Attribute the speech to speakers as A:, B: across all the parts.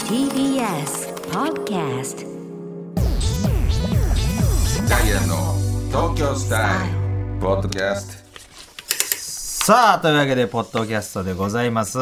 A: TBS Podcast
B: ダイアンの東京スタイルポッドキャス
C: さあ、というわけで、ポッドキャストでございます。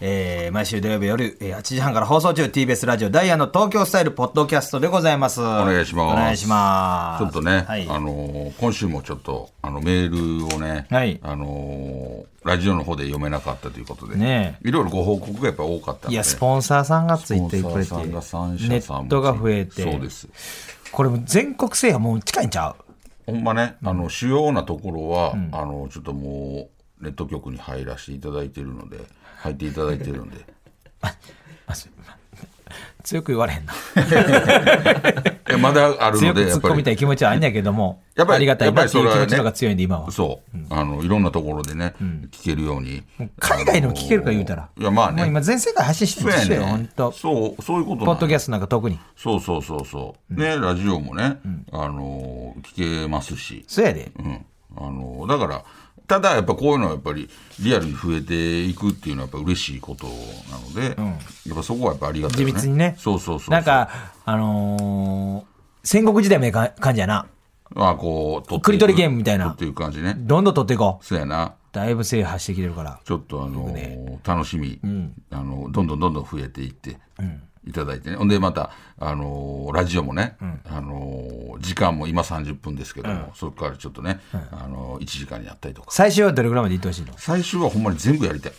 C: えー、毎週土曜日夜、えー8時半から放送中、TBS ラジオダイヤの東京スタイルポッドキャストでございます。お
B: トお願いします
C: お願いします。
B: ちょっとね、
C: はい。
B: あのー今週もちょっとあのメールをね、
C: はい
B: あのーラジオの方で読めなかったということで
C: ね
B: いろいろご報告がやっぱ多かったので
C: いや、スポンサーさんがつ
B: スポ
C: い
B: ンサ
C: てく
B: ー
C: れて、
B: さん
C: ネ
B: が三社さん
C: ッ
B: も
C: トが増えて、
B: そうです
C: これも全国制覇もう近いんちゃ
B: ほ
C: う
B: んまね、あの主要なところは、あのちょっともうネット局に入らせていただいているので入っていただいているの で
C: あす強く言われへんな。
B: えまだあるの
C: 強く
B: で
C: 突っ込みたい気持ちはあんやけども、
B: やっぱり
C: ありがたいなってい
B: やっ
C: う
B: ぱりそれは
C: 気持
B: ね
C: ちの方が強いんで、今は。
B: そう、あのいろんなところでね、聞けるように
C: 海外でも聞けるか言うたら。
B: いやまあね
C: もう今全世界発信して
B: そ
C: る
B: う
C: し
B: や
C: よ、ほん
B: ね
C: と。
B: そうそういうことなん
C: ポ
B: や
C: ッドキャストなんか特に。
B: そうそうそうそう、ねラジオもね、あの聞けますし、
C: そうやで。
B: うん、あのだからただやっぱこういうのはやっぱりリアルに増えていくっていうのはやっぱ嬉しいことなので、やっぱそこはやっぱありがたいよね
C: 地道にね
B: そうそうそうそう
C: なんか、あのー戦国時代みたいな感じやな。
B: まあこう取
C: クリトリゲームみたいな
B: っていう感じね
C: どんどん取っていこう。
B: そうやな
C: だいぶ制覇してきてるから。
B: ちょっとあの、楽しみ、あのどんどんどんどん増えていって、いただいてねほんでまたあのラジオもね、あの時間も今30分ですけども、そこからちょっとね、あの1時間になったりとか
C: 最初はどれぐらいまでいってほしいの
B: 最終はほんまに全部やり たい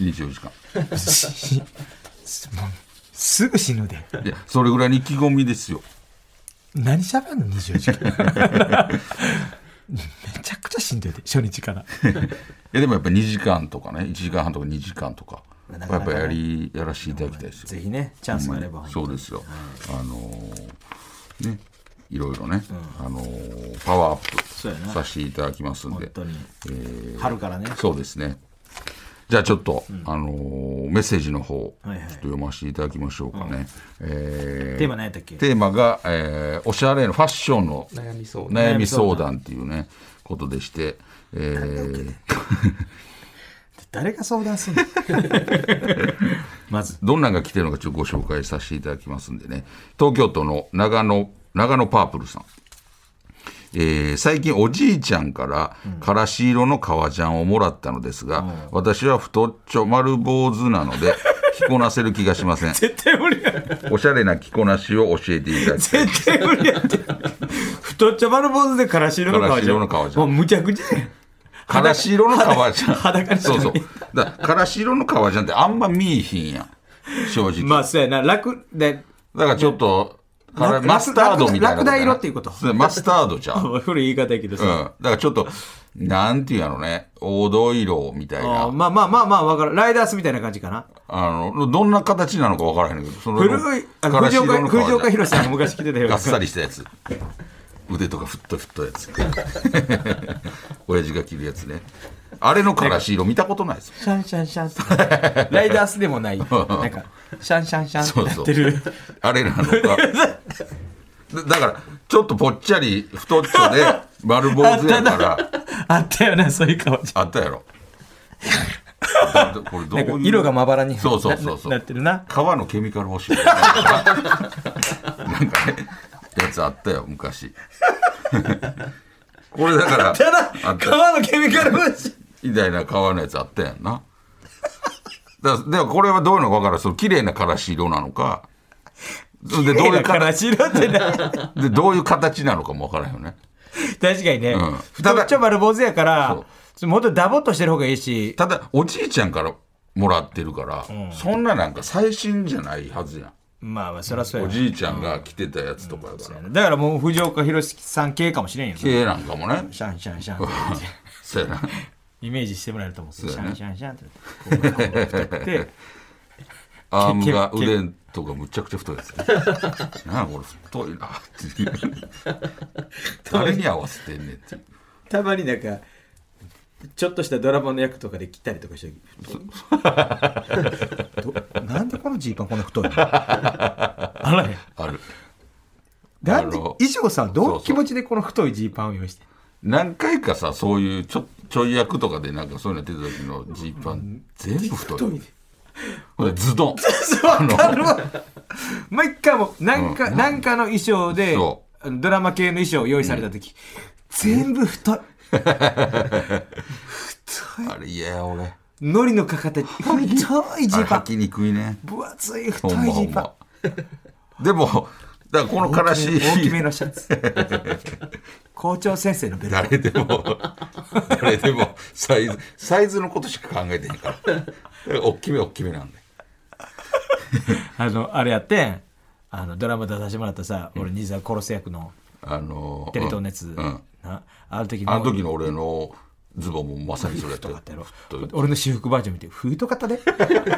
B: 24時間
C: すぐ死ぬで。
B: いやそれぐらいに意気込みですよ
C: 何喋んの ?24 時間。めちゃくちゃしんどいで、初日から。
B: いやでもやっぱ2時間とかね1時間半とか2時間とかやっぱやりやらせていただきたいですよ
C: ぜひね、チャンスがあれば。
B: そうですよ、あのーねいろいろね、あのーパワーア
C: そうや
B: ップ
C: な
B: させていただきますんで
C: 本当に。春からね。
B: そうですねじゃあちょっと、あのーメッセージの方、
C: はいはい
B: ちょっと読ませていただきましょうかね、えー
C: テーマ何やったっけ
B: テーマが、えーおしゃれのファッションの
D: 悩みそう
B: 悩み相談っていうねことでして、えー
C: 誰が相談すんの まず。
B: どんなんが来てるのかちょっとご紹介させていただきますんでね。東京都の長野、長野パープルさん。えー最近おじいちゃんからからし色の革ジャンをもらったのですが、私は太っちょ丸坊主なの で着こなせる気がしません
C: 絶対無理や。
B: おしゃれな着こなしを教えていただ きたい
C: 絶対無理やって。太っちょ丸坊主でからし色
B: の革ジャンからし色の革ジャンもう
C: むちゃくちゃや。
B: からし色の革ジャン
C: 裸裸にし
B: そ
C: な
B: う
C: い
B: そうだからからし色の革ジャンってあんま見えひんやん正直、
C: まあそうやな楽で
B: だからちょっとから
C: ラ
B: マスタードみたいなことやな
C: ラクダ色っていうこと
B: それマスタードじゃん
C: 古い言い方やけど
B: うん。
C: さ、
B: だからちょっと、なんていうやろね、黄土色みたい
C: あ
B: な。
C: ーまあまあまあまあわかるライダースみたいな感じかな
B: あの、どんな形なのかわからへんけど、その
C: 古いあの
B: からし
C: 藤
B: 色
C: 岡
B: の
C: 藤岡
B: 革ジャン
C: 弘さんが昔着てたよう
B: が
C: な
B: っさりしたやつ。腕とかふっとふっとやつ。 親父が着るやつね。あれのからし色見たことないですよ。
C: シャンシャンシャンってライダースでもないなんかシャンシャンシャンって
B: そう
C: な
B: そ
C: っ
B: う
C: てる。
B: あれなの か。だだから、ちょっとぽっちゃり太っちょで丸坊主やから、
C: あったよなそういう顔じ
B: あったや ろ。これどう
C: ゃ
B: いう
C: んな
B: ん
C: か色がまばらに
B: そうそうそうそう
C: なななってるな
B: 川のケミカルウォッシュなんかねやつあったよ昔 これだから
C: ただ
B: あった
C: 川のケミカル分子
B: みたいな川のやつあったやんなだでもこれはどういうのか分からんその綺麗なからし色なのかでどういう
C: から
B: 形
C: し色ってな
B: でどういう形なのかも分からんよね
C: 確かにね
B: うん
C: 太っちょ丸坊主やか
B: そ
C: ら
B: う
C: もっとダボっとしてる方がいいした
B: だおじいちゃんからもらってるから、そんななんか最新じゃないはずや
C: まあまあそりゃそうんや
B: お
C: な
B: じいちゃんが着てたやつとかやから、
C: だからもう藤岡弘さん系かもしれんよ。シ
B: 系なんかもね
C: ャンシャンシャンって
B: そうやな
C: イメージしてもらえると思う。シ
B: うや
C: ャ
B: ね
C: ンシャンシャンってこうこうこう太くて。
B: アームが
C: けけ
B: 腕とかむちゃくちゃ太いですね。 なあこれ太いなっていう。誰に合わせてんねんっていう。
C: たまになんか、ちょっとしたドラマの役とかで来たりとかしてどなんでこのジーパンこんな太いのあらへん。
B: ある。
C: なん
B: あ
C: で
B: の、
C: 衣装さんど
B: そうう
C: いう
B: そう
C: 気持ちでこの太いジーパンを用意して。
B: 何回かさそういうちょちょい役とかでなんかそういうの出た時のジーパン全部太い。
C: 太いね
B: ほんでズドン。
C: わかるわ。毎回もう、なんか、なんかの衣装で
B: そ、
C: ドラマ系の衣装を用意された時、全部太い。
B: あれ、いや、俺。
C: のりのかかった、太いジ
B: あれ、
C: ーパ
B: 履
C: ン。
B: きにくいね。
C: 分厚い太
B: ほ
C: い
B: ん
C: ジ
B: まほん
C: ーパン
B: ま。でも、だからこのからし、
C: 大きめのシャツ。校長先生のベルト。
B: 誰でも、誰でも、サイズ、サイズのことしか考えてへんから。だからおっきめおっきめなんで。
C: あの、あれやってん。あの、ドラマ出させてもらったさ、俺、兄さん殺せ役の
B: あのー
C: テレ東のやつ。
B: うんうん
C: なあの時の
B: あの時の俺のズボンもまさにそれやった
C: かったやろ
B: 太い
C: 俺の私服バージョン見て太かったで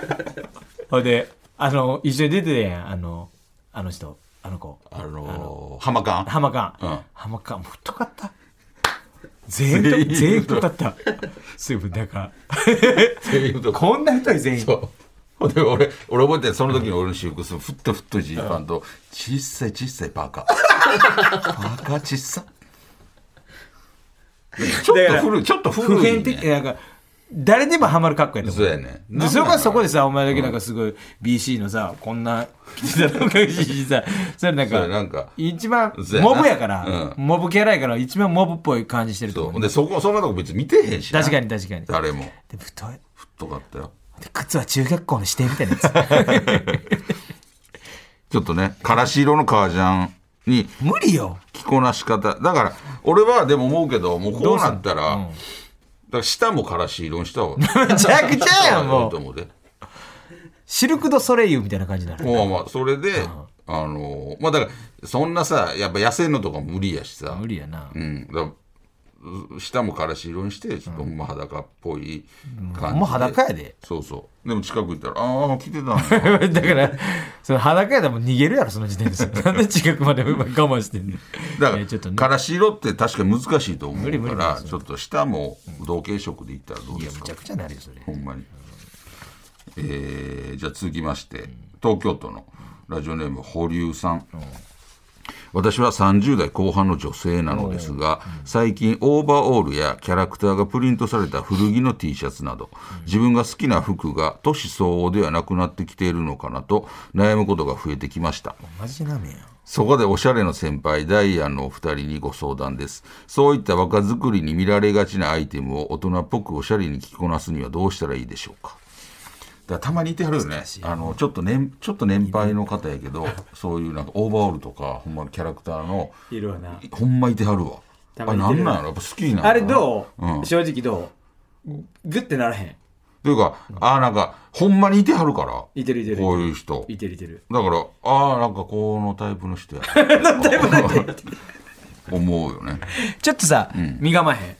C: ほいであの一緒に出てたやんあのあの人あの子
B: あのー、浜かん
C: 浜か
B: うん
C: ん浜かんもう太かった全員全員太かったすぐだから
B: 全員とこ
C: こんな太い全員
B: うほんで俺俺覚えてるその時の俺の私服そのふっとふっといジーパンと小さい小さいパー カーパーカー小さちょっと古いちょっと
C: 普
B: 古い、
C: 遍的
B: ね、
C: なんか誰でもハマる格好やと思
B: そう
C: う
B: やね
C: でそれからそこですさお前だけなんかすごい BC のさこんな 着てたのおかしいしさそれ なん
B: そう
C: か
B: やなんか
C: 一番
B: そうやな
C: モブやから、
B: う
C: モブキャラやから一番モブっぽい感じしてると
B: そう
C: 思
B: ほ
C: うん
B: でそこそんなとこ別に見てへんしな
C: 確かに確かに
B: 誰も
C: で太い
B: 太かったよ
C: で靴は中学校の指定みたいなやつ
B: ちょっとねからし色の革ジャンに
C: 無理よ
B: 着こなし方だから俺はでも思うけどもうこうなったら、
C: うん
B: だから舌もからし色にしたわ
C: めちゃくちゃやんも
B: いいと
C: う
B: 思うで
C: シルク・ド・ソレイユみたいな感じになる
B: まあまあそれで、あのーまあだからそんなさやっぱ痩せんのとかも無理やしさ
C: 無理やな
B: うんだから舌もからし色にしてちょっとほんま裸っぽい感じで、
C: ほんま裸やで
B: そうそうでも近く行ったらああ着てた ん
C: だ
B: だ
C: からその裸やでもう逃げるやろその時点でなんで近くまで我慢してんの
B: だか
C: いやちょっと
B: ら、
C: ね
B: からし色って確かに難しいと思
C: 無
B: う
C: 理無
B: か
C: 理無
B: ら
C: 理
B: ちょっと舌も同系色でいったらどう
C: い
B: で
C: や
B: す
C: む
B: か
C: ちゃくちゃなるよそれ
B: ほんまに。えーじゃあ続きまして、東京都のラジオネーム、保留さん。私は30代後半の女性なのですが、最近オーバーオールやキャラクターがプリントされた古着の T シャツなど、自分が好きな服が年相応ではなくなってきているのかなと悩むことが増えてきました。
C: マジなめやん
B: そこでおしゃれの先輩ダイアンのお二人にご相談です。そういった若作りに見られがちなアイテムを大人っぽくおしゃれに着こなすにはどうしたらいいでしょうか。だからたまにいてはるよね。あのちょっと年ちょっと年配の方やけど、そういうなんかオーバーオールとかほんまのキャラクターの
C: いるわな
B: ほんまいてはるわ。
C: た
B: あ
C: ま
B: れ
C: に
B: な
C: いて
B: ん
C: る
B: なんやろやっぱ好きなんやろ
C: あれどう、
B: うん
C: 正直どうグッてならへん
B: というかあーなんかほんまにいてはるから。
C: いてるいてる
B: こういう人。
C: いてるいてる
B: だからああなんかこのタイプの 人や。タイプ 思うよね。
C: ちょっとさ、身構えへ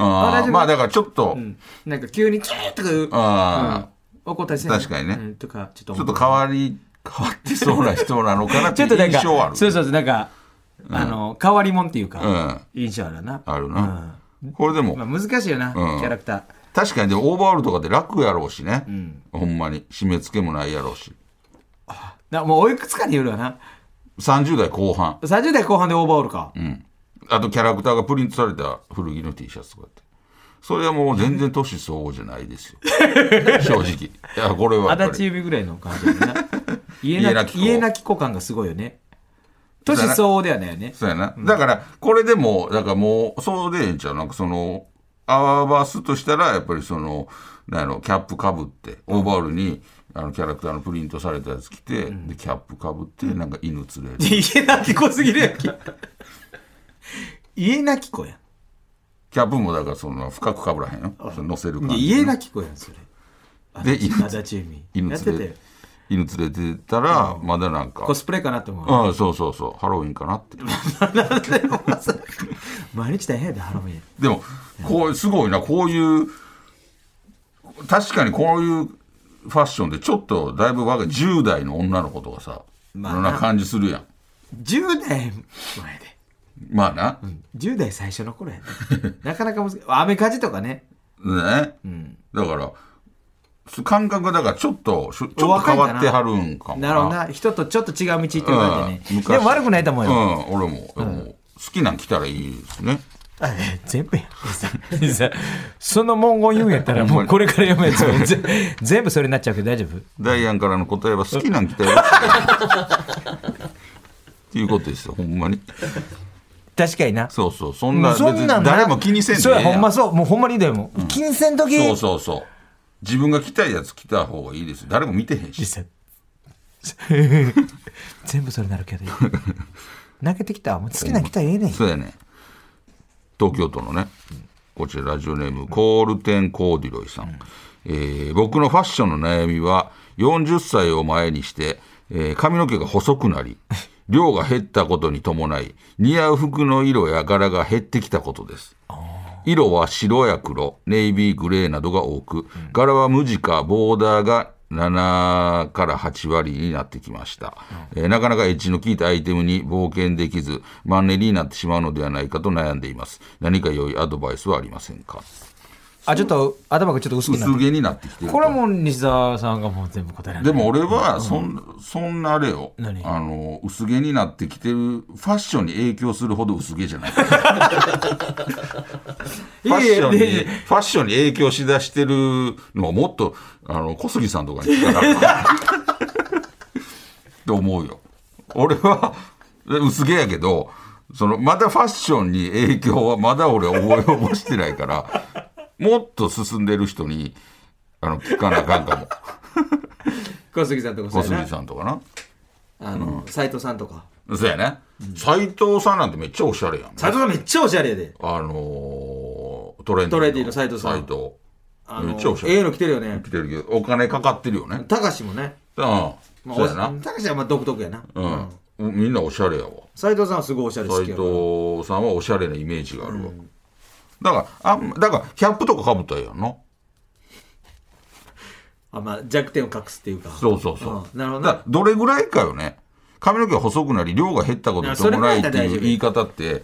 C: んあ
B: あ
C: 大丈
B: ー
C: 夫
B: まあだからちょっと、
C: なんか急にキーッとか言う
B: あ
C: うん、怒ったりせんの
B: 確かにね
C: うんとかちょっと
B: ちょ
C: 思
B: っ
C: う
B: と変わり変わってそうな人なのかなって
C: ち
B: い
C: ょっと
B: う
C: なんか
B: 印象はある
C: そうそうそうなんか、あの変わりもんっていうか、
B: うん
C: 印象あるな
B: あるな、これでも、
C: うんまあ、難しいよな、
B: うん
C: キャラクター
B: 確かにでもオーバーオールとかで楽やろうしね、ほんまに締め付けもないやろうし
C: なもうおいくつかによるわな
B: 30代後半、
C: 30代後半でオーバーオールか、
B: うん、あとキャラクターがプリントされた古着の T シャツとかってそれはもう全然年相応じゃないです よ正直いやこれはやっ
C: 足
B: ぱ
C: 立
B: り
C: 指ぐらいの感じだよな家
B: 家な
C: な
B: き
C: き
B: 子
C: 家なき子感がすごいよね年相応ではないよね
B: そうやな。だから、これでも、だからもう、そうでええんちゃうなんかその、合わすとしたら、やっぱりその、なんやろ、キャップかぶって、オーバーオールに、あの、キャラクターのプリントされたやつ着て、で、キャップかぶって、なんか犬連れる。キ
C: 家なき子すぎるやん家なき子やん
B: ャップもだから、その、深くかぶらへんよ。その乗せる感
C: いや
B: じ。
C: 家なき子やんそれ
B: で、
C: 足立指
B: 犬
C: や
B: 連
C: って
B: れ
C: て
B: て、犬連れてたら、まだなんか
C: コ、スプレかなって思う
B: ああ、そうそうそう、ハロウィンかなって。
C: 毎日大変やでハロウィン
B: でもこうすごいなこういう確かにこういうファッションでちょっとだいぶ若い10代の女の子とかさ、
C: まあ
B: そんな感じするやん
C: 10代前で
B: まあな、
C: 10代最初の頃やねなかなか難しいアメカジとかね
B: ね、だからす感覚だからちょっとしょちょっと
C: 若い
B: 変わ
C: んだな
B: ってはるんかも
C: なるほどな人とちょっと違う道行ってるわけ
B: うん
C: ねでも悪くないと思うよ、
B: うん俺も、でも好きなん着たらいいですね
D: あえ全部やん。でさその文言言うんやったら、もうこれから読むやつも全全部それになっちゃうけど大丈夫
B: ダイアンからの答えは好きなん来たよ。っていうことですよ、ほんまに。
D: 確かにな。
B: そうそう、そんな、別
D: そん
B: に
D: なんな
B: 誰も気にせんで
D: そう
B: え
D: や、
B: えや
D: ほんまそう。もうほんまにだよ、もう。金銭時
B: そうそうそう。自分が着たいやつ着た方がいいですよ。誰も見てへんし。
D: 実際 全部それな るけどいい投げてきたもう好きなの来たらええねん
B: そうやね。東京都のね、こちらラジオネーム、コールテン・コーディロイさん。えー僕のファッションの悩みは、40歳を前にして、えー髪の毛が細くなり、 量が減ったことに伴い、似合う服の色や柄が減ってきたことです。色は白や黒、ネイビーグレーなどが多く、柄は無地かボーダーが7から8割になってきました、えーなかなかエッジの効いたアイテムに冒険できず、マンネリになってしまうのではないかと悩んでいます。何か良いアドバイスはありませんか
D: あちょっと頭がちょっと薄くなっ
B: 薄
D: て
B: 毛になってきてると
D: これはもう西澤さんがもう全部答えられ
B: で
D: る
B: も俺はそん,、そんなあれよ
D: 何
B: あの薄毛になってきてるファッションに影響するほど薄毛じゃないファッションに
D: いやいやいや
B: ファッションに影響しだしてるのをもっとあの小杉さんとかに聞かなあかん って思うよ俺は薄毛やけどそのまだファッションに影響はまだ俺は覚え覚えしてないからもっと進んでる人にあの聞かなあかんか も
C: 小杉さんとか
B: 小杉さんとかな。
C: あの斎藤さんとか
B: そうやね。斎藤さんなんてめっちゃおしゃれやん。
C: 斎藤さんめっちゃおしゃれやで
B: あのー、トレンディ
C: トレンディの斎藤さん
B: 斎藤。
C: あ
B: め
C: の
B: っちゃおしゃ
C: ええ
B: れ。
C: の来てるよね
B: 来てるけど、お金かかってるよね。
C: 高しもね
B: うん。
C: ま
B: そ
C: あ
B: う
C: お
B: やな。
C: 高しはまあ独特やな
B: うん。みんなおしゃれやわ。
C: 斎藤さんはすごいおしゃれ好
B: 斎
C: きやから
B: 藤さんはおしゃれなイメージがあるわ。だから、あんだから、キャップとかかぶったらええやんな。
C: あまあ弱点を隠すっていうか
B: そうそうそう。
C: うんなるほど
B: だ
C: な
B: からどれぐらいかよね。髪の毛が細くなり、量が減ったことに伴いっていう言い方って、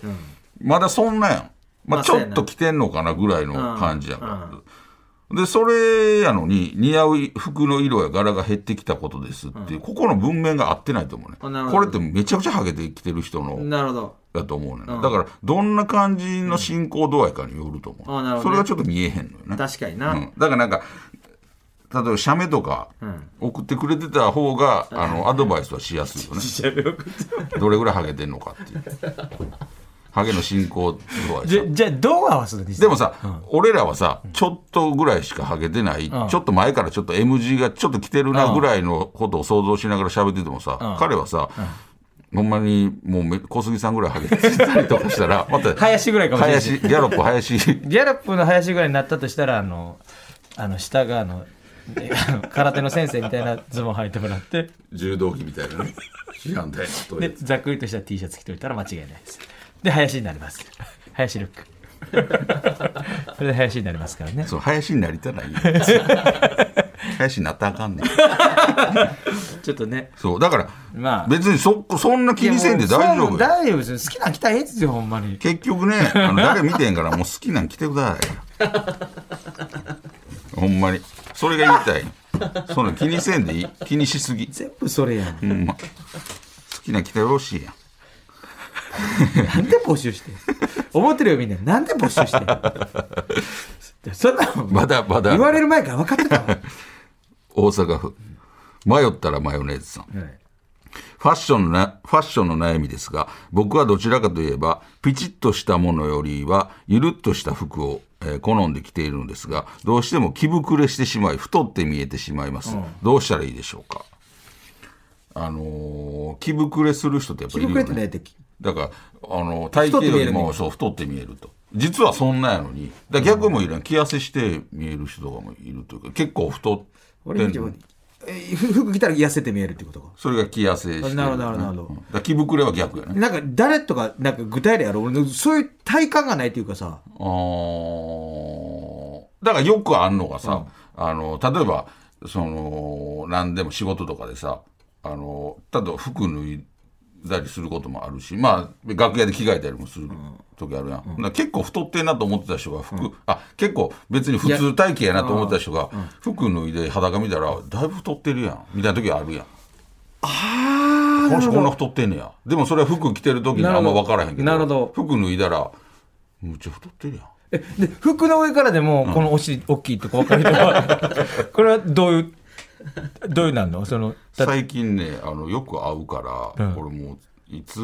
B: まだそんなやん。ま
C: ま
B: あ、
C: あ
B: ち
C: そう
B: ょ
C: や
B: っ
C: な
B: と着てんのかなぐらいの感じやから。
C: うん
B: で、それやのに、似合う服の色や柄が減ってきたことですっていう、ここの文面が合ってないと思うね。
C: あなるほ
B: こ
C: ど
B: れってめちゃくちゃハゲてきてる人の
C: なるほど
B: やと思うね、ん。だから、どんな感じの進行度合いかによると思う。
C: あなるほ
B: そ
C: どね
B: れがちょっと見えへんのよね。
C: 確かに
B: う、
C: なん
B: だからなんか例えば写メとか
C: ん
B: 送ってくれてた方が、あのアドバイスはしやすいよね
C: しゃべ送って
B: どれぐらいハゲてんのかっていうハゲの進行度合い
D: じ
B: さ
D: ゃじゃあどう合わすの
B: で
D: で
B: もさ、俺らはさちょっとぐらいしかハゲてない、ちょっと前からちょっと M g がちょっと来てるなぐらいのことを想像しながら喋っててもさ、彼はさ、ほんまにもうめ小杉さんぐらいハゲてたりとかしたらまた
D: 林ぐらいかもしれない
B: 林ギャロップ林
D: ギャラップの林ぐらいになったとしたらあのあの下があのえあの空手の先生みたいなズボン履いてもらって
B: 柔道着みたい なね批判でと
D: でざっくりとした T シャツ着ておいたら間違いないですで林になります林ルック それで林になりますからね
B: そう、林になりたないよ。 林になったらあかんねん。
D: ちょっとね
B: そう、だから、
D: まあ
B: 別にそ、そんな気にせんで大丈
D: そ
B: 夫
D: う
B: よ。
D: 大丈夫ですよ好きなの着たらええですよほんまに
B: 結局ね、あの誰見てんから、もう好きなん来てください。ほんまに。それが言いたい。その気にせんでいい。気にしすぎ。
D: 全部それやん
B: ほんま。好きなん来てほしいやん。
D: なんで募集 してん思ってるよみんななんで募集して んそんなの
B: まだまだ
D: 言われる前から分かって たわ、
B: 大阪府。迷ったらマヨネーズさん。ファッションのな、ファッションの悩みですが、僕はどちらかといえば、ピチッとしたものよりは、ゆるっとした服を、えー好んで着ているのですが、どうしても着膨れしてしまい、太って見えてしまいます。どうしたらいいでしょうか。あのー着膨れする人ってやっぱ
D: 気
B: りい
D: 分
B: る
D: くれ
B: よ
D: てな
B: ね。
D: いって
B: だから、あのー体型よりもそう太って見えると。実はそんなやのに。だから逆もいるやん着痩せして見える人とかもいるというか、結構太って
D: 俺
B: ん
D: たち
B: の
D: も
B: に
D: えーふ服着たら痩せて見えるってことか
B: それが着痩せしてる、
D: なるほどなるほどなるほ
B: う
D: ど
B: んだから着膨れは逆やね。
D: なんか誰とかなんか具体例やろ俺のそういう体感がないっていうかさ
B: あーだからよくあんのがさ、あの例えばその何でも仕事とかでさあの例えば服脱いだりすることもあるしまあ楽屋で着替えたりもする時あるやん、だから結構太ってんなと思ってた人が服、あ結構別に普通体型やなと思ってた人が服脱いで裸見たらだいぶ太ってるやんみたいな時あるやん。あこの人こんな太ってんねやでもそれは服着てる時にあんま分からへんけど
D: なるほど
B: 服脱いだらむっちゃ太ってるやん
D: えで服の上からでもこのお尻大きいとこ分かる 人はこれはどういうどういうなんのそのだ
B: 最近ねあのよく会うから、俺もういつ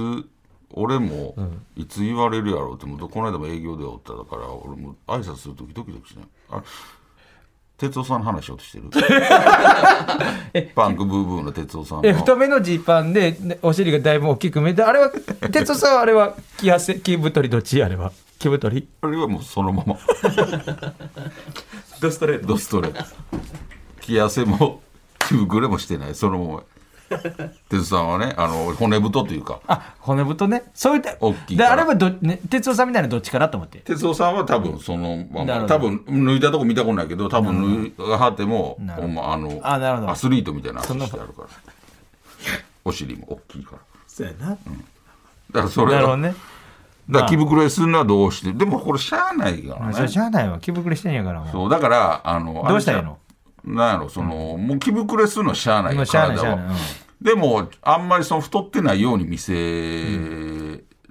B: 俺もいつ言われるやろうってもうこの間も営業でおっただから俺も挨拶する時ドキドキしないあ哲夫さんの話しようとして るパンクブーブーの哲夫さん
D: え
B: の
D: 太めのジーパンでねお尻がだいぶ大きく見えてあれは哲夫さんはあれは気やせ気太りどっちあれは気太り
B: あれはもうそのまま
D: ドストレー
B: ドストレート着痩せも気膨れもしてないそのまま哲夫さんはねあの骨太というか
D: あ骨太ねそういった
B: 大きい
D: で
B: から
D: あればど、ね、哲夫さんみたいなどっちかなと思って
B: 哲夫さんは多分そのまあ
D: な
B: まあ
D: るほど
B: 多分抜いたとこ見たことないけど多分抜いがはてもほんまあの
D: あなるほど
B: アスリートみたいな足してあるからお尻も大きいから
D: そうやな
B: だからそれ
D: な
B: は
D: るほどね
B: だから気膨れするのはどうしてでもこれしゃあないか
D: あ
B: ら
D: それ
B: ね
D: しゃあないわ気膨れしてんやからもう
B: そうだからあの
D: どうしたらいい
B: あれじ
D: の
B: ゃなんやろそのもう気膨れするのはしゃあない
D: も
B: よ
D: うしゃあない
B: 体は
D: しゃあない
B: でもあんまりその太ってないように見せ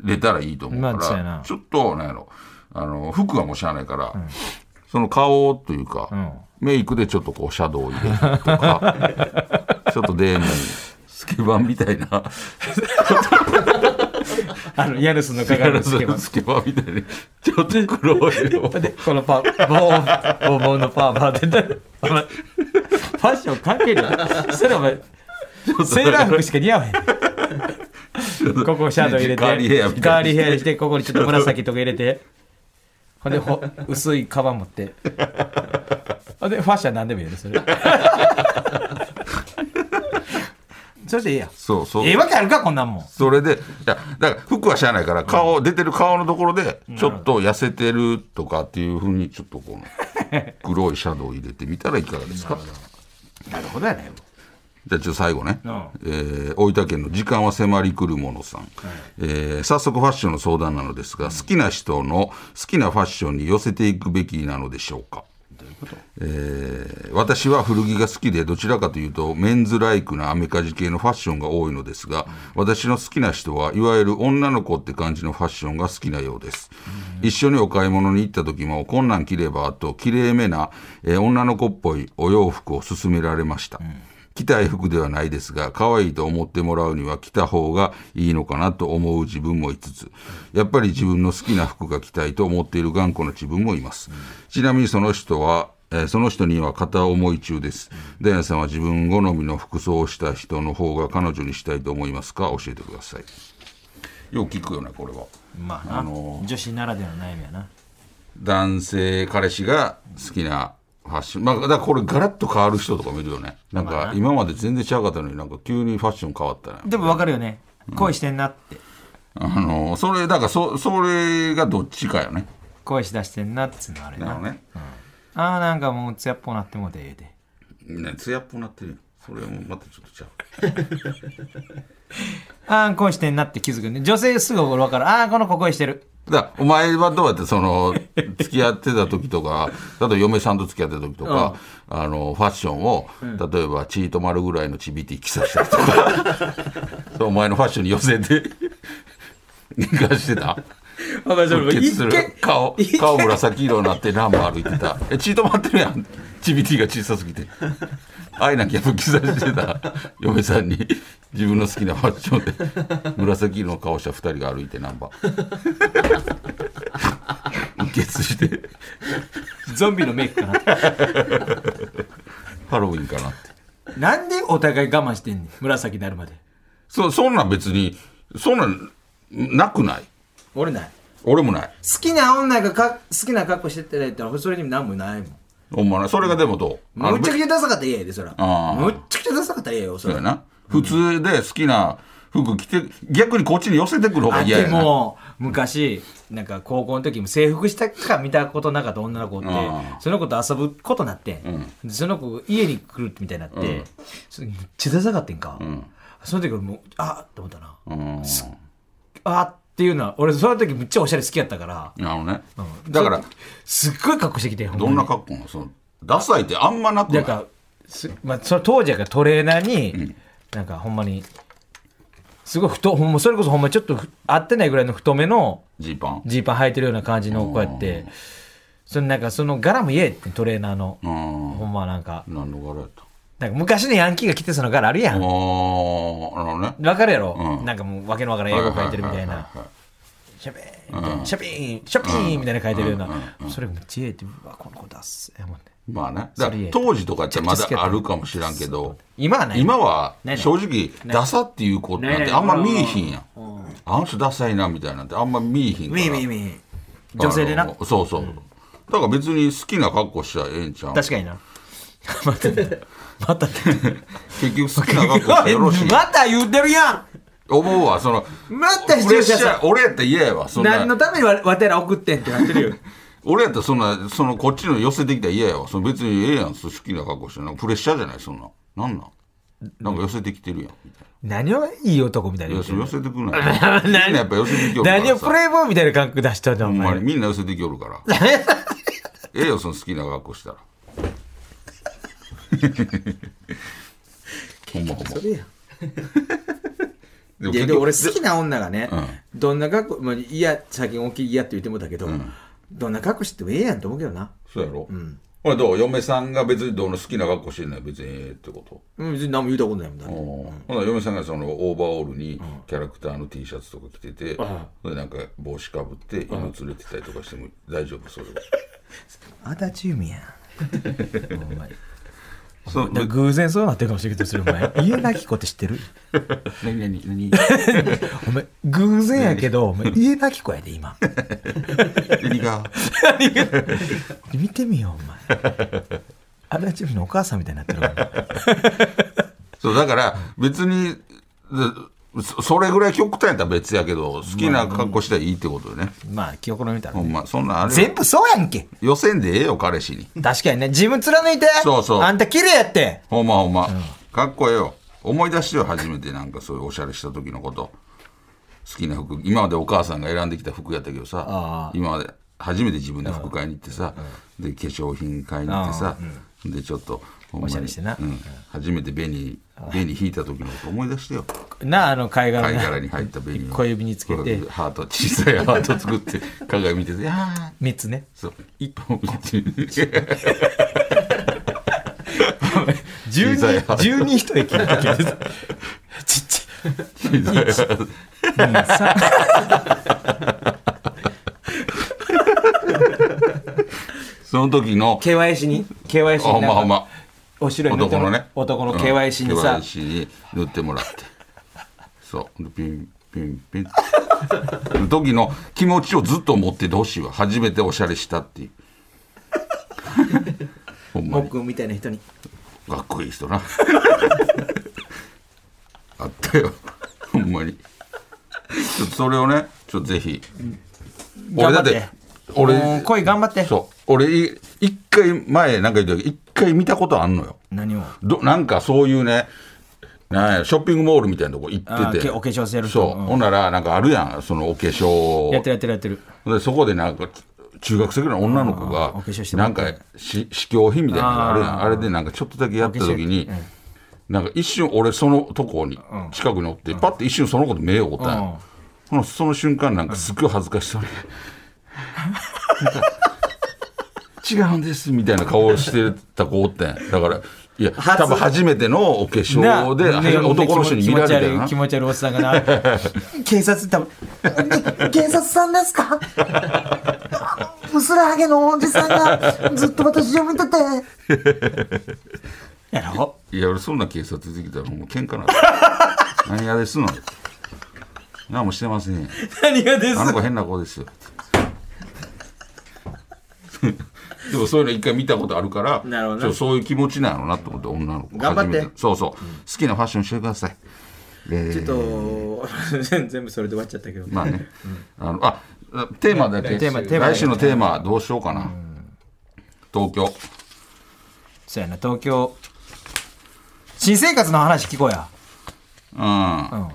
B: れたらいいと思うか
D: まあそうやな
B: らちょっとなんやろあの服はもうしゃあないから、その顔というか、メイクでちょっとこうシャドウを入れるとか ちょっとデーモンスケバンみたいな
D: あのヤルス の
B: スケ
D: 鏡のつけ
B: バ
D: ば
B: ンみたいにちょっと黒いの
D: でこのパボンボンボンのパーマ当てたらお前ファッションかけるそれお前セーラー服しか似合わへん ここシャドウ入れて
B: ガーリーヘアみたいに
D: ガーリーヘアにしてここにちょっと紫とか入れてほん でほ薄いカバン持ってほんでファッション何でもいいよねそ れそしていいや
B: そうそう
D: ええわけあるかこんなんもん
B: それでいやだから服はしゃあないから顔、出てる顔のところでちょっと痩せてるとかっていうふうにちょっとこの黒いシャドウを入れてみたらいかがですか
D: なるほどやね
B: じゃあちょっと最後ね、
D: うん
B: えー大分県の「時間は迫り来るものさん」えー早速ファッションの相談なのですが、好きな人の好きなファッションに寄せていくべきなのでしょうかえー私は古着が好きでどちらかというとメンズライクなアメカジ系のファッションが多いのですが私の好きな人はいわゆる女の子って感じのファッションが好きなようです一緒にお買い物に行った時もこんなん着ればときれいめな、えー女の子っぽいお洋服を勧められました、着たい服ではないですが可愛いと思ってもらうには着た方がいいのかなと思う自分もいつつやっぱり自分の好きな服が着たいと思っている頑固な自分もいます、ちなみにその人はえーその人には片思い中です。ダイアンさんは自分好みの服装をした人の方が彼女にしたいと思いますか教えてください。よく聞くよね、これは。
D: まあな、
B: あのー
D: 女子ならではの悩みやな
B: 男性、彼氏が好きなファッション。まあ、だからこれガラッと変わる人とかもいるよね。なんか今まで全然違かったのになんか急にファッション変わったね。
D: でも分かるよね恋してんなって、
B: あのー、それ、だからそ、それがどっちかよね。
D: 恋しだしてんなっつうのあれ
B: な
D: な
B: のね。
D: ああなんかもう艶っぽなってもうてええで
B: ね、艶っぽなってるよ。それはもうまたちょっとちゃう。
D: ああ恋してんなって気づくね女性すぐ分かるああこの子恋して る
B: だからお前はどうやってその 付き合ってた時とか例えば嫁さんと付き合ってた時とか、あのファッションを、例えばチート丸ぐらいのチビティ着させたりとか そうお前のファッションに寄せて 生かしてた
D: あ大
B: 出血する顔顔紫色になってランも歩いてた えチート丸ってるやんチビティが小さすぎて愛なきゃ着させてた嫁さんに自分の好きなファッションで紫色の顔した2人が歩いてナンバー受血して
D: ゾンビのメイクかなって
B: ハロウィンかなって
D: なんでお互い我慢してんねん紫になるまで
B: そそんなん別にそんなんなくない
D: 俺ない
B: 俺もない
D: 好きな女がか好きな格好してってたらそれにも何もないもん
B: ほんまないそれがでもどうあの
D: むっちゃくちゃダサかったら嫌やでそら
B: あー
D: むっちゃくちゃダサかったら嫌よそ
B: そう
D: ら
B: やな普通で好きな服着て逆にこっちに寄せてくる方が
D: あ
B: 嫌
D: で
B: やな
D: も昔なんか高校の時も制服したか見たことなかった女の子って
B: あ
D: その子と遊ぶことになって、でその子家に来るみたいになって、それめっちゃダサかってんか、その時俺もうあっと思ったな、
B: うん
D: あっていうのは俺その時めっちゃおしゃれ好きやったから
B: なるほどね、だから
D: すっごい格好してきてほま
B: ど
D: に
B: んな格好なのそのダサいってあんまなくな
D: ないんかす、まあ、その当時やからトレーナーに、なんかほんまにすごい太ほんまそれこそほんまちょっとふ合ってないぐらいの太めの
B: ジーパン。
D: ジーパン履いてるような感じのこうやってそのなんかその柄もイエーってトレーナーの
B: う
D: ほ
B: ん。
D: んまなんか
B: 何の柄やった
D: なんか昔のヤンキーが着てその柄ある
B: あ
D: や
B: あ、
D: ん
B: なるほどね。
D: わかるやろ、
B: うん
D: なんかもうわけのわからん英語書いてるみたい
B: は
D: な
B: はは
D: シャピーンみたいなシャピーンシャピーンみたいな書いてるような、それめっちゃええってうわこの子出すやもんね
B: まあね。だ
D: そ
B: か
D: れ
B: ら
D: 言え
B: 当時とかってまだあるかもしらんけど、
D: 今はない
B: 今は
C: ないない
B: 正直、ダサっていう子なんてあんま見えひんやん。あの人ダサいなみたいなんてあんま見えひんから。
C: みみみ女性で
B: あ
C: な
B: のそうそう。だから別に好きな格好したらええんちゃう
C: 確かにな。
D: またまた
B: 結局好きな格好したらよろ しい
C: また言うてるや
B: 思うわ、その、
C: んまた視
B: プレ
C: 聴
B: ッシ
C: 者
B: ャ
C: さ
B: ー、俺やったら嫌やわ。そ
C: ん
B: んな
C: 何のためにわわてら送ってんってなってるよ
B: 俺やったらそんな、そのこっちの寄せてきたら嫌やわ。その別にええやん、その好きな格好して。なんかプレッシャーじゃない、そんなん。なんなんなんか寄せてきてるやん。みたい
D: 何をいい男みたい
B: な
D: ない言
B: や
D: うて
B: そ
D: ん
B: の寄せ
D: の
B: てくんない。 みんなやっぱ寄せてきよるからさ。
D: 何をプレイボーイみたいな感覚出しとんねんお
B: ほんま
D: 前
B: にみんな寄せてきよるから ええよその好きな格好したらほんまほんま
C: いや
B: でも
C: い
B: 結
C: やでも
B: 局
C: 俺好きな女がね、どんな格好、まあ、いや最近大きい嫌って言ってもうたけど、どんな格好してもええやんと思うけどな
B: そうやろ、ほらどう嫁さんが別にどの好きな格好してんのは別にええってこと、
C: うん別に何も言うたことないもんだって
B: ほな嫁さんがそのオーバーオールにキャラクターの T シャツとか着てて、でなんか帽子かぶって犬連れてたりとかしても大丈夫それは
C: アダチューミやんほんまに
B: そ
D: だから偶然そうなってるかもしれんけどそれお 前家なき子って知ってる
B: 何何何
D: お前偶然やけどお前家なき子やで今
B: 何が
D: 見てみようお前 足立美のお母さんみたいになってるから
B: そう、だから別に、でそそれぐらい極端やったら別やけど、好きな格好したらいいってことよね。
D: まあ記憶の見た
B: ほ
D: ら
B: んま、そんなんあれ。
D: 全部そうやんけ
B: 予選でええよ、彼氏に。
D: 確かにね自分貫いて
B: そうそう
D: あんた綺麗やって
B: ほんまほんま。かっこええよ。思い出してよ、初めてなんかそういうおしゃれした時のこと。好きな服、今までお母さんが選んできた服やったけどさ、今まで初めて自分で服買いに行ってさ、で、化粧品買いに行ってさ、で、ちょっと、ほんまに
D: おしゃれしてな
B: うん初めて紅、紅引いた時のこと思い出してよ。
D: なああの貝殻
B: 貝
D: の
B: 殻に入った紅を
D: 小指につけて
B: ハート小さいハート作って鏡見てて「ああ」
D: 3つね
B: そう一本一本
D: 12
B: 小さいハート
D: 12一駅の時ですちっちゃいうんさ
B: その時 の
D: KYC に KYC に
B: あほんまほんま
D: お城に塗って
B: 男
D: も
B: のね
D: 男の
B: うん
D: KYC にさ、
B: KYC に塗ってもらって そうでピンピンピンの 時の気持ちをずっと持っててほしいわ初めておしゃれしたっていう ほんま
C: モ
B: に
C: ックンみたいな人に
B: かっこいい人な あったよほんまにちょっとそれをねちょっとぜひ俺
D: 頑
B: だ
D: 張っ
B: ってて俺
D: もう恋頑張って
B: そう俺い一回前なんか言ったけど一回見たことあんのよ
C: 何を
B: どなんかそういうねなんやショッピングモールみたいなとこ行
C: あ
B: っ
C: ー
B: てて
C: けお化粧してる人
B: そう、
C: うん
B: ほんならなんかあるやんそのお化粧
D: やってるやってるやってる
B: でそこでなんか中学生ぐらいの女の子が
C: うんお化粧しても
B: な
C: らっ
B: ん
C: て
B: かし試供品みたいなのがあるやん
C: あ
B: あれでなんかちょっとだけやった時に
C: お化粧うん
B: なんか一瞬俺そのとこに近くにおってパッて一瞬その子と目を追ったん
C: うん
B: やほなその瞬間なんかすっごい恥ずかし そうになんか違うんですみたいな顔をしてた子おってんだからいや
C: 初
B: 多分初めてのお化
D: なあ
B: 粧で
D: ね
B: 男の人に見られたよな
D: 気持ち悪い気持ち悪いおっさんがな
C: 警察多分警察さんですかうすらはげのおじさんがずっと私を見てて
D: やろ
B: いや俺そんな警察出てきたらもう喧嘩なる 何やですの何もしてません
D: 何がです
B: あの子変な子 ですよでもそういうの一回見たことあるから
C: なるほどね
B: そうそういう気持ちなのなってこと女の子
C: 頑張って
B: 初めそうそう、好きなファッションしてくださいで
C: ちょっと全部それで終わっちゃったけど、
B: まあね、あのあテーマだけ
D: テーマテーマ
B: 来週のテーマどうしようかな、東京
D: そうやな東京新生活の話聞こうや
B: うん、
D: う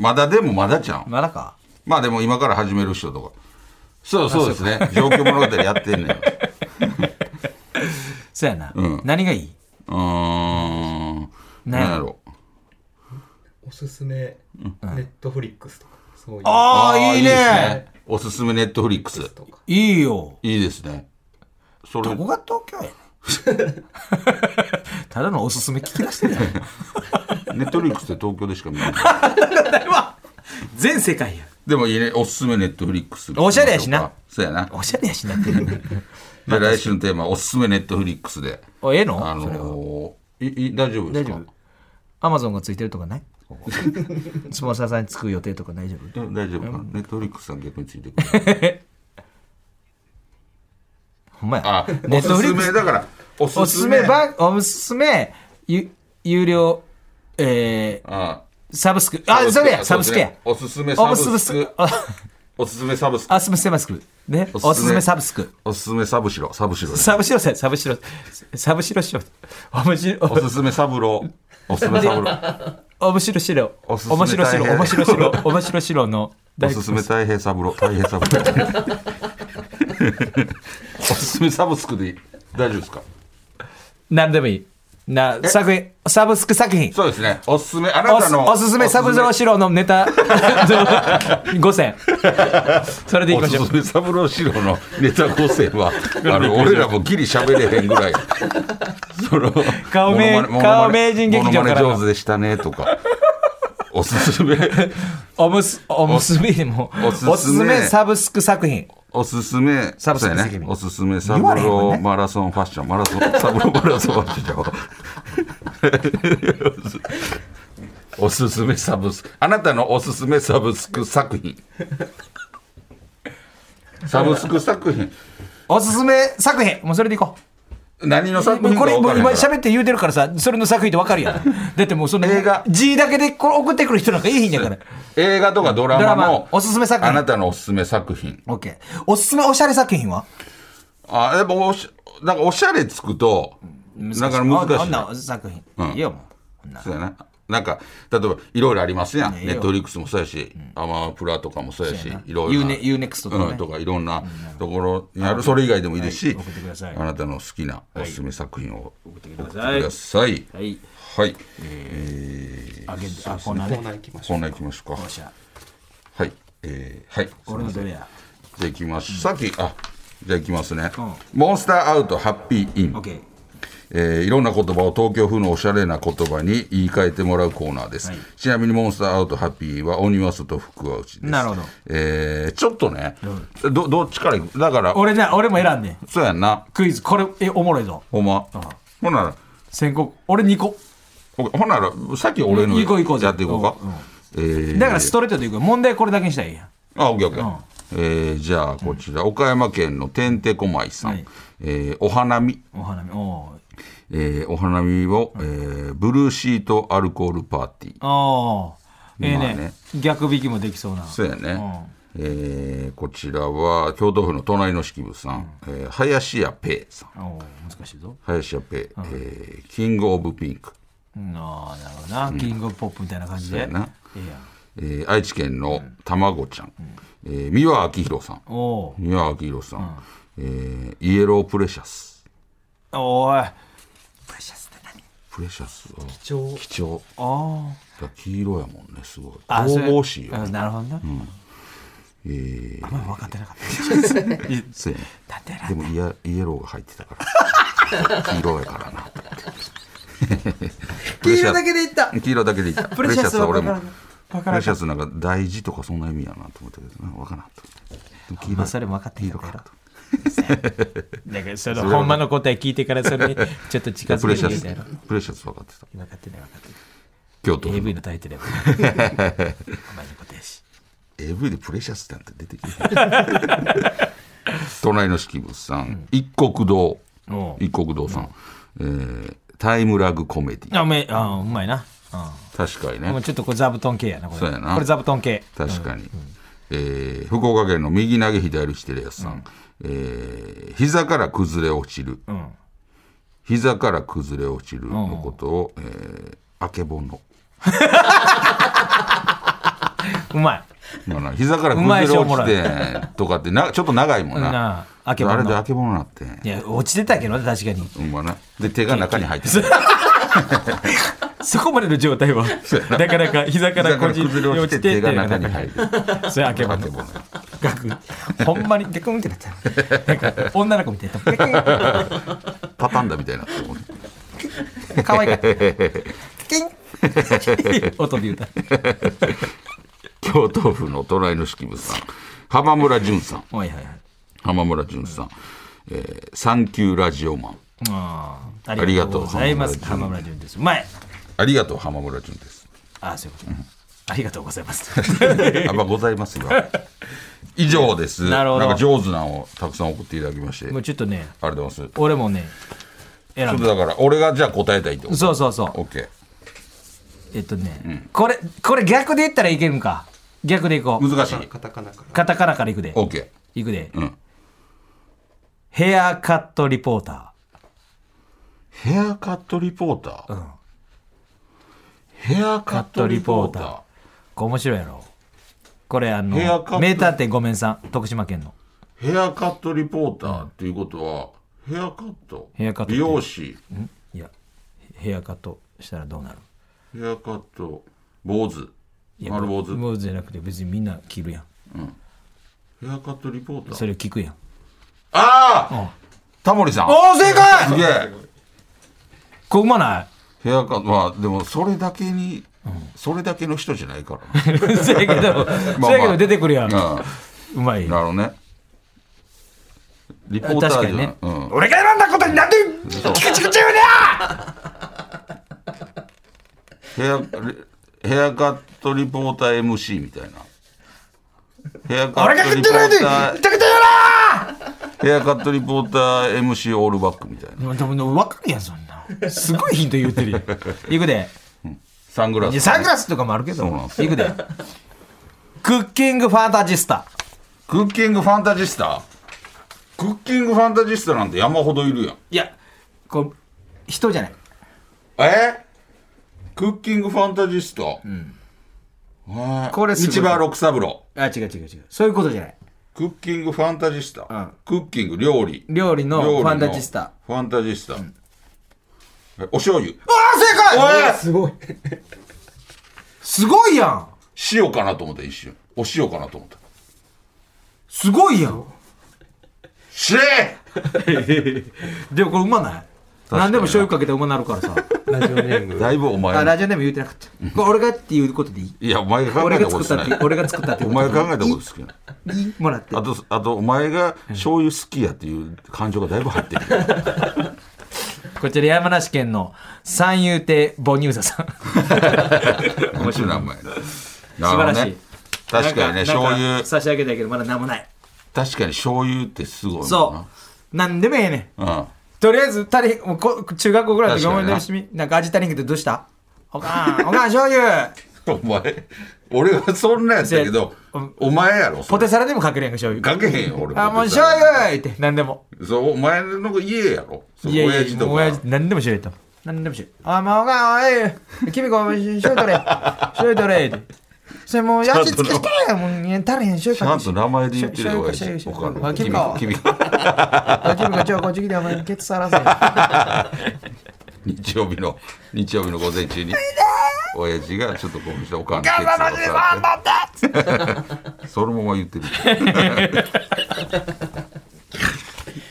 B: まだでもまだじゃん
D: んまだか
B: まあでも今から始める人とか。そうそうですね。状況物語やってん ねん。
D: そうやな、
B: うん
D: 何がいいう
B: ーん。
D: ね
B: なんやろ
E: おすすめネットフリックスとか
F: そういう
D: ああ、
B: ー
D: いいね。
B: おすすめネットフリックス。
F: とか
D: いいよ。
B: いいですね。それ
D: どこが東京やねんただのおすすめ聞き出してるやん。
B: ネットフリックスって東京でしか見 ない。
C: 全世界や。
B: でもいいね、おすすめネットフリックス。
D: おしゃれやしな。
B: そうやな。
D: おしゃれやしなって。
B: じゃあ来週のテーマ、おすすめネットフリックスで。
D: あええの
B: あ
D: それは。
B: のー、いい大丈夫ですか
D: 大丈アマゾンがついてると かないここスポンサーさんにつく予定とか大丈夫
B: うん大丈夫かなネットフリックスさん逆についてくる。
D: ほんまや
B: あ。、
D: ネ
B: お
D: ッ
B: す
D: トフリ
B: す
D: ック
B: め
D: ス。
B: だから、お
D: お
B: す
D: す
B: す
D: す
B: め。
D: めば、おすすめ、ゆ有料、え
B: あ
D: ー、サブスク。あ、それや、サブスクや。
B: おすすめサ
D: お
B: ブ
D: すすめ
B: ス
D: す
B: ク。、
D: あ
B: おすすめサブスク。
D: あすすめサブスク。ね。
B: おすすめ
D: おすすめサブスク。
B: おすすめサブシロ、サブシロ。
D: サブシロさん、サブシロ、サブシロしよう。おもしろ、
B: おすすめサブロー。おすすめサ ブロー。
D: おもしろしろ、
B: おすす
D: お
B: め
D: もしろしろ、
B: 大変
D: おもしろしろ、おもしろしろの
B: お
D: 大
B: す
D: 工
B: すめ太平三郎太平三 郎おすすめサブスクでいい大丈夫ですか
D: 何でもいい。な、作品、サブスク作品。
B: そうですねおすすめあな
D: お
B: た
D: す
B: の
D: おすすめサブロー
B: シ
D: シロの ネタ5選。それでいき
B: お
D: まし
B: す
D: ょう
B: す。めサブローシロのネタ構成 はあの俺らもギリ喋れへんぐらいその
D: 顔名
B: モノマネモノマネ
D: 顔名人劇場からの
B: モノマネ上手でしたねとかおすすめ
D: おむす、おむすびも
B: おすす、め
D: おすすめサブスク作品。
B: おすすめ
D: サブスク
B: そうやねおすすめサブ
D: 言わ
B: ロ
D: れへんもん
B: ー
D: ね
B: マラソンファッションマラソンサブローマラソンファッションちゃうおすすめサブスクあなたのおすすめサブスク作 品サブスク作品
D: おすすめ作品。もうそれでいこ
B: 何の作
D: う。
B: 品か
D: これ、
B: 分
D: も
B: から
D: う
B: へん
D: 今
B: から
D: 喋って言うてるからさ、それの作品ってわか るやん。だってもうその
B: 映画
D: G だけでこれ送ってくる人なんかいいひんやから。
B: 映画とかドラマの
D: ドラマおすすめ作品
B: あなたのおすすめ作品
D: オッケー。おすすめおしゃれ作品は
B: あやっぱおしなんかおしゃれつくとだから難しい
D: あ
B: ね
D: んな作品。いいよ、もう。
B: そうやな。なんか、例えば、いろいろありますやん。
D: えよ
B: ネットフリックスもそうやし、アマプラとかもそうやし、いろいろな。
D: ユーネクストとかね
B: うんとか、いろんなところにある、それ以外でもいいですし
D: はい送ってください、
B: あなたの好きなおすすめ作品を送って
D: くだ
B: ください。
D: はい。
B: はい。えー
D: あげて、あ、こんな
F: コー
D: ね。
F: ナー行きましょ
B: コーナー行きましょうか。
D: しゃ
B: はい。えーはい。
D: これのどれや。
B: じゃあ行きます。さっき、あ、じゃあ行きますね。モンスターアウト、ハッピーイン
D: オッ。ケー。
B: えーいろんな言葉を東京風のおしゃれな言葉に言い換えてもらうコーナーです、ちなみにモンスターアウトハッピーは鬼は外福は内です
D: なるほど、
B: えーちょっとね、どどっちからいくだから
D: 俺な、俺も選んでん。
B: そうやんな
D: クイズ、これ、え、おもろいぞ。
B: ほんまほんなら
D: 先行。俺2個。
B: ほほんならさっき俺の
D: 行こう行こうぜ
B: やっていこうか、えー
D: だからストレートでいくよ。問題これだけにしたらいいやん。
B: あ、オッケーオッケー。えーじゃあこちら、岡山県のてんてこまいさん、
D: はい
B: えーお花見
D: お花見。お
B: えーお花見を、えーブルーシートアルコールパーティー
D: ーおー。ええ
B: まあ
D: ね
B: ね。
D: 逆引きもできそうな。
B: そうやね、えーこちらは京都府の隣の式部さん、えー林家ペーさん
D: おー難しいぞ。
B: 林家ペー、えーキングオブピンク、
D: うんあーなるほどな。キングオブポップみたいな感じで。
B: そうやな
D: ええや
B: えー愛知県のたまごちゃん、えー三輪明宏さん
D: ん。おー。
B: 三輪明宏さん、えーイエロープレシャス
D: おい。プレシャスって何
B: プレシャスは貴
F: う
B: 貴重
D: あ
B: だ黄色やもんねすごい
D: あ。
B: 神々しいよ
D: あ
B: ね、
D: なるほどな。
B: えー
D: あんまり分かってなかっ
B: そうやね
D: た。だってな
B: でもイヤイエローが入ってたから黄色やから な黄色だけでいった 黄色だけでいったプレシャスは俺もプレシャスなんか大事とかそんな意味やなと思ったけどな分からんと思って黄
D: ま
B: 色
D: あそれも分かってん
B: 黄
D: やろ
B: 色かなと
D: だからそのほんまの答え聞いてからそ れにちょっと近
B: プ
D: づ
B: レ
D: け
B: シ
D: て
B: ャ
D: み
B: ス
D: たいな。
B: プレシャス分かってた
D: 分かってない分かってない。
B: 京都
D: AV
B: AV,
D: のタイトルやもん お前のことやし。
B: でプレシャスなんて出てきて隣の式物さん一国堂
D: おう
B: 一国堂さん、えータイムラグコメディ
D: あ、うめあうまいな。
B: 確かに
D: うん。もう
B: ね
D: ちょっとこれ座布団系やな、これ。
B: そうやな
D: これ座布団系。
B: 確かに、えー福岡県の右投げ左してるやつさん、えー膝から崩れ落ちる、膝から崩れ落ちるのことを、えーあけぼの
D: うまい。
B: まあな膝から
D: うま
B: 崩れ
D: いしお
B: 落
D: もろ
B: ち
D: い
B: てとかってな ちょっと長いもんな
D: なああけぼの
B: あれであけぼのなって
D: いや、落ちてたけどね、確かに。
B: ほんまなで手が中に入ってる
D: そこまでの状態はなかなか膝から
B: 膝か
D: こ
B: ら
D: じ
B: 崩れ落
D: 落
B: ちて
D: ちて
B: 手
D: って
B: が
D: いうの
B: 中
D: が
B: に入る。
D: それあけば
B: 化け物
D: ほんまにデコンってなっちゃうなんか女の子みたいな
B: パタンだみたいになってもうね
D: 可愛かったキン音で歌う
B: 京都府の隣の式部さん浜村淳さん
D: はいはいはい
B: 浜村淳さん、えーサンキューラジオマン
D: あ
C: あ
B: りがとう
C: ございます。
B: 浜
C: 浜村淳です。前。
B: ありがとう浜村淳です
C: あ、そういうこと。ありがとうございます。
B: あまあございますが以上です
D: なるほど
B: んか上手なのをたくさん送っていただきましてあり
D: もう
B: がと
D: ちょっとね
B: うございます
D: 俺もね
B: ち
D: 選
B: ょ
D: ん
B: っ
D: だ
B: とだから俺がじゃあ答えたいってこと
D: そうそうそう
B: OK
D: えっとね、これこれ逆で言ったらいけるんか逆でいこう
B: 難しい
E: カタカナから
D: カタカナからいくで
B: OK
D: いくで、
B: うん
D: ヘアカットリポータ
B: ヘアカットリポーター、
D: ん
B: ヘアカットリポータ
D: カット
B: ー
D: ーこれ面白いやろこれあの
B: ヘアカット
D: 名探偵ごめんさん徳島県の
B: ヘアカットリポーターっていうことはヘアカット
D: ヘアカット
B: 美容師
D: いやヘアカットしたらどうなる
B: ヘアカット坊主
D: いや
B: 丸坊主
D: 坊主じゃなくて別にみんな着るやん
B: ヘアカットリポータ
D: そ
B: ー
D: れを聞くやん
B: ああタモリさん
D: おお正解
B: すげえ
D: これうまない
B: ヘアカットまあでもそれだけにそれだけの人じゃない から
D: せやけど、
B: まあ
D: せやけど出てくるやん。
B: なうん
D: うまい。
B: なるほどねリポーターじゃない
D: 確
B: うん
D: 俺が選んだことになんで、菊池君言うな
B: ヘアヘアカットリポーター MC みたいなヘアカ
D: 俺
B: ッ
D: が
B: ト
D: 言
B: リ
D: っ
B: ポ
D: てない
B: ー
D: で
B: ター
D: 言ったこと言
B: ヘアカットリポータ ー MC オールバックみたいな
D: うなでも分かるやん、そんな。すごいヒント言うてる やん。いくで。
B: サングラ
D: い
B: ス、
D: やサングラスとかもあるけど、
B: そうなんです
D: いくで。クッキングファンタジスタ。
B: クッキングファンタジスタクッキングファンタジスタなんて山ほどいるやん
D: いや、こう、人じゃない。
B: えクッキングファンタジスタうん
D: これすごい
B: 道場六三郎
D: あ、違う違う違う。そういうことじゃない。
B: クッキングファンタジスタ、
D: ん
B: クッキング料理
D: 料理の
B: 料理
D: ファンタジスタ。
B: ファンタジスタ、えお醤油
D: ああ、正解
B: おい
D: すごい。すごいやん。
B: 塩かなと思った一瞬お塩かなと思った
D: すごいやん。
B: しえ
D: でもこれうまない
B: に
D: 何でも醤油かけてうまなるからさ
E: ラジオネーム
B: だいぶお前
D: あラジオでも言うてなかったこれ俺がっていうことでいい
B: いやお前が考
D: 俺
B: えた
D: が
B: こ
D: 作
B: と
D: っ
B: じゃな
D: た
B: い
D: って俺が作ったって
B: お
D: こと
B: 前が考えたことですけど
D: いいもらって
B: あと、あと、お前が醤油好きやっていう感情がだいぶ入ってる。
D: こちら山梨県の三遊亭母乳座さん
B: 面白いな、お 前。素
D: 晴らしい
B: 確かにね、
D: なん
B: 醤油
D: なん、か差し上げたいけどまだ何もない
B: 確かに醤油ってすごいもんな。
D: そう何でもええねん
B: う。ん。
D: とりあえず足りもうこ中学校ぐらいの時
B: 確かに
D: 思い
B: な
D: 出しみなんか味足りんけどどうしたおかんおかん醤油
B: お前、俺はそんなんやったけど
D: せうん、
B: お前やろ、そ
D: ポ
B: れ
D: テサラでもかけれんか醤油
B: かけへんよ、俺。
D: あもう
B: ポテサラ
D: 醤油って何でも
B: そう、お前の家やろ。そう
D: いやいや、
B: 親父と
D: もう親
B: か
D: 父。何でもしろいと。何でもしろい。あ、まあ、おかん、おい、君ごめん、しょいと れ。しょいとれ。ってそれもう、やつつけたやもう、足りへん、しょい
B: ちゃんと名前で言ってるよ、親
D: しょいし
B: 父。
D: ょ
B: お
D: いしょい
B: かん
D: あ
B: の。君
D: 君か、
B: 君。
D: あ君がちょ、こっち来て、お前、ケツさらせ。
B: 日曜日の、日曜日の午前中に。親父がちょっとこうしておかんのケツを触って。 そのまま言ってる。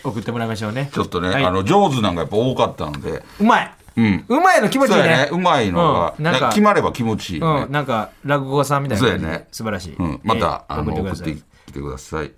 D: 送ってもらいましょうね
B: ち。ょっとね、
D: はい
B: あの上手なんかやっぱ多かったので、
D: うまい。
B: うん、
D: うまいの気持ち
B: そ
D: いうい
B: やね
D: ね、。
B: うまいのが、
D: うんなん
B: なん
D: か
B: か決まれば気持ちいいよね。
D: うん、なんか、落語家さんみたいな感じで。
B: そうやね
D: 素晴らしい。
B: うんまた、
D: えー
B: あの
D: 送って
B: 送っ
D: ください
B: てきてください。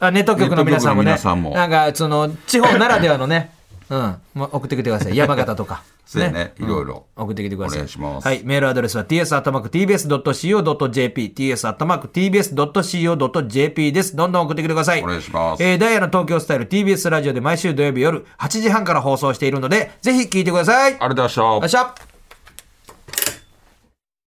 D: あネット局の皆さんもね
B: ネット局の皆さんも
D: なんかその地方ならではのねうんもう送ってきてください山形とか
B: そうやねいろいろ
D: ん送ってきてください
B: お願いします
D: はいメールアドレスは ts.tbs.co.jp ts.tbs.co.jp ですどんどん送ってきてください
B: お願いします
D: えーダイヤの東京スタイル TBS ラジオで毎週土曜日夜8時半から放送しているのでぜひ聞いてくださいありがと
B: ありがとうございました
D: うございました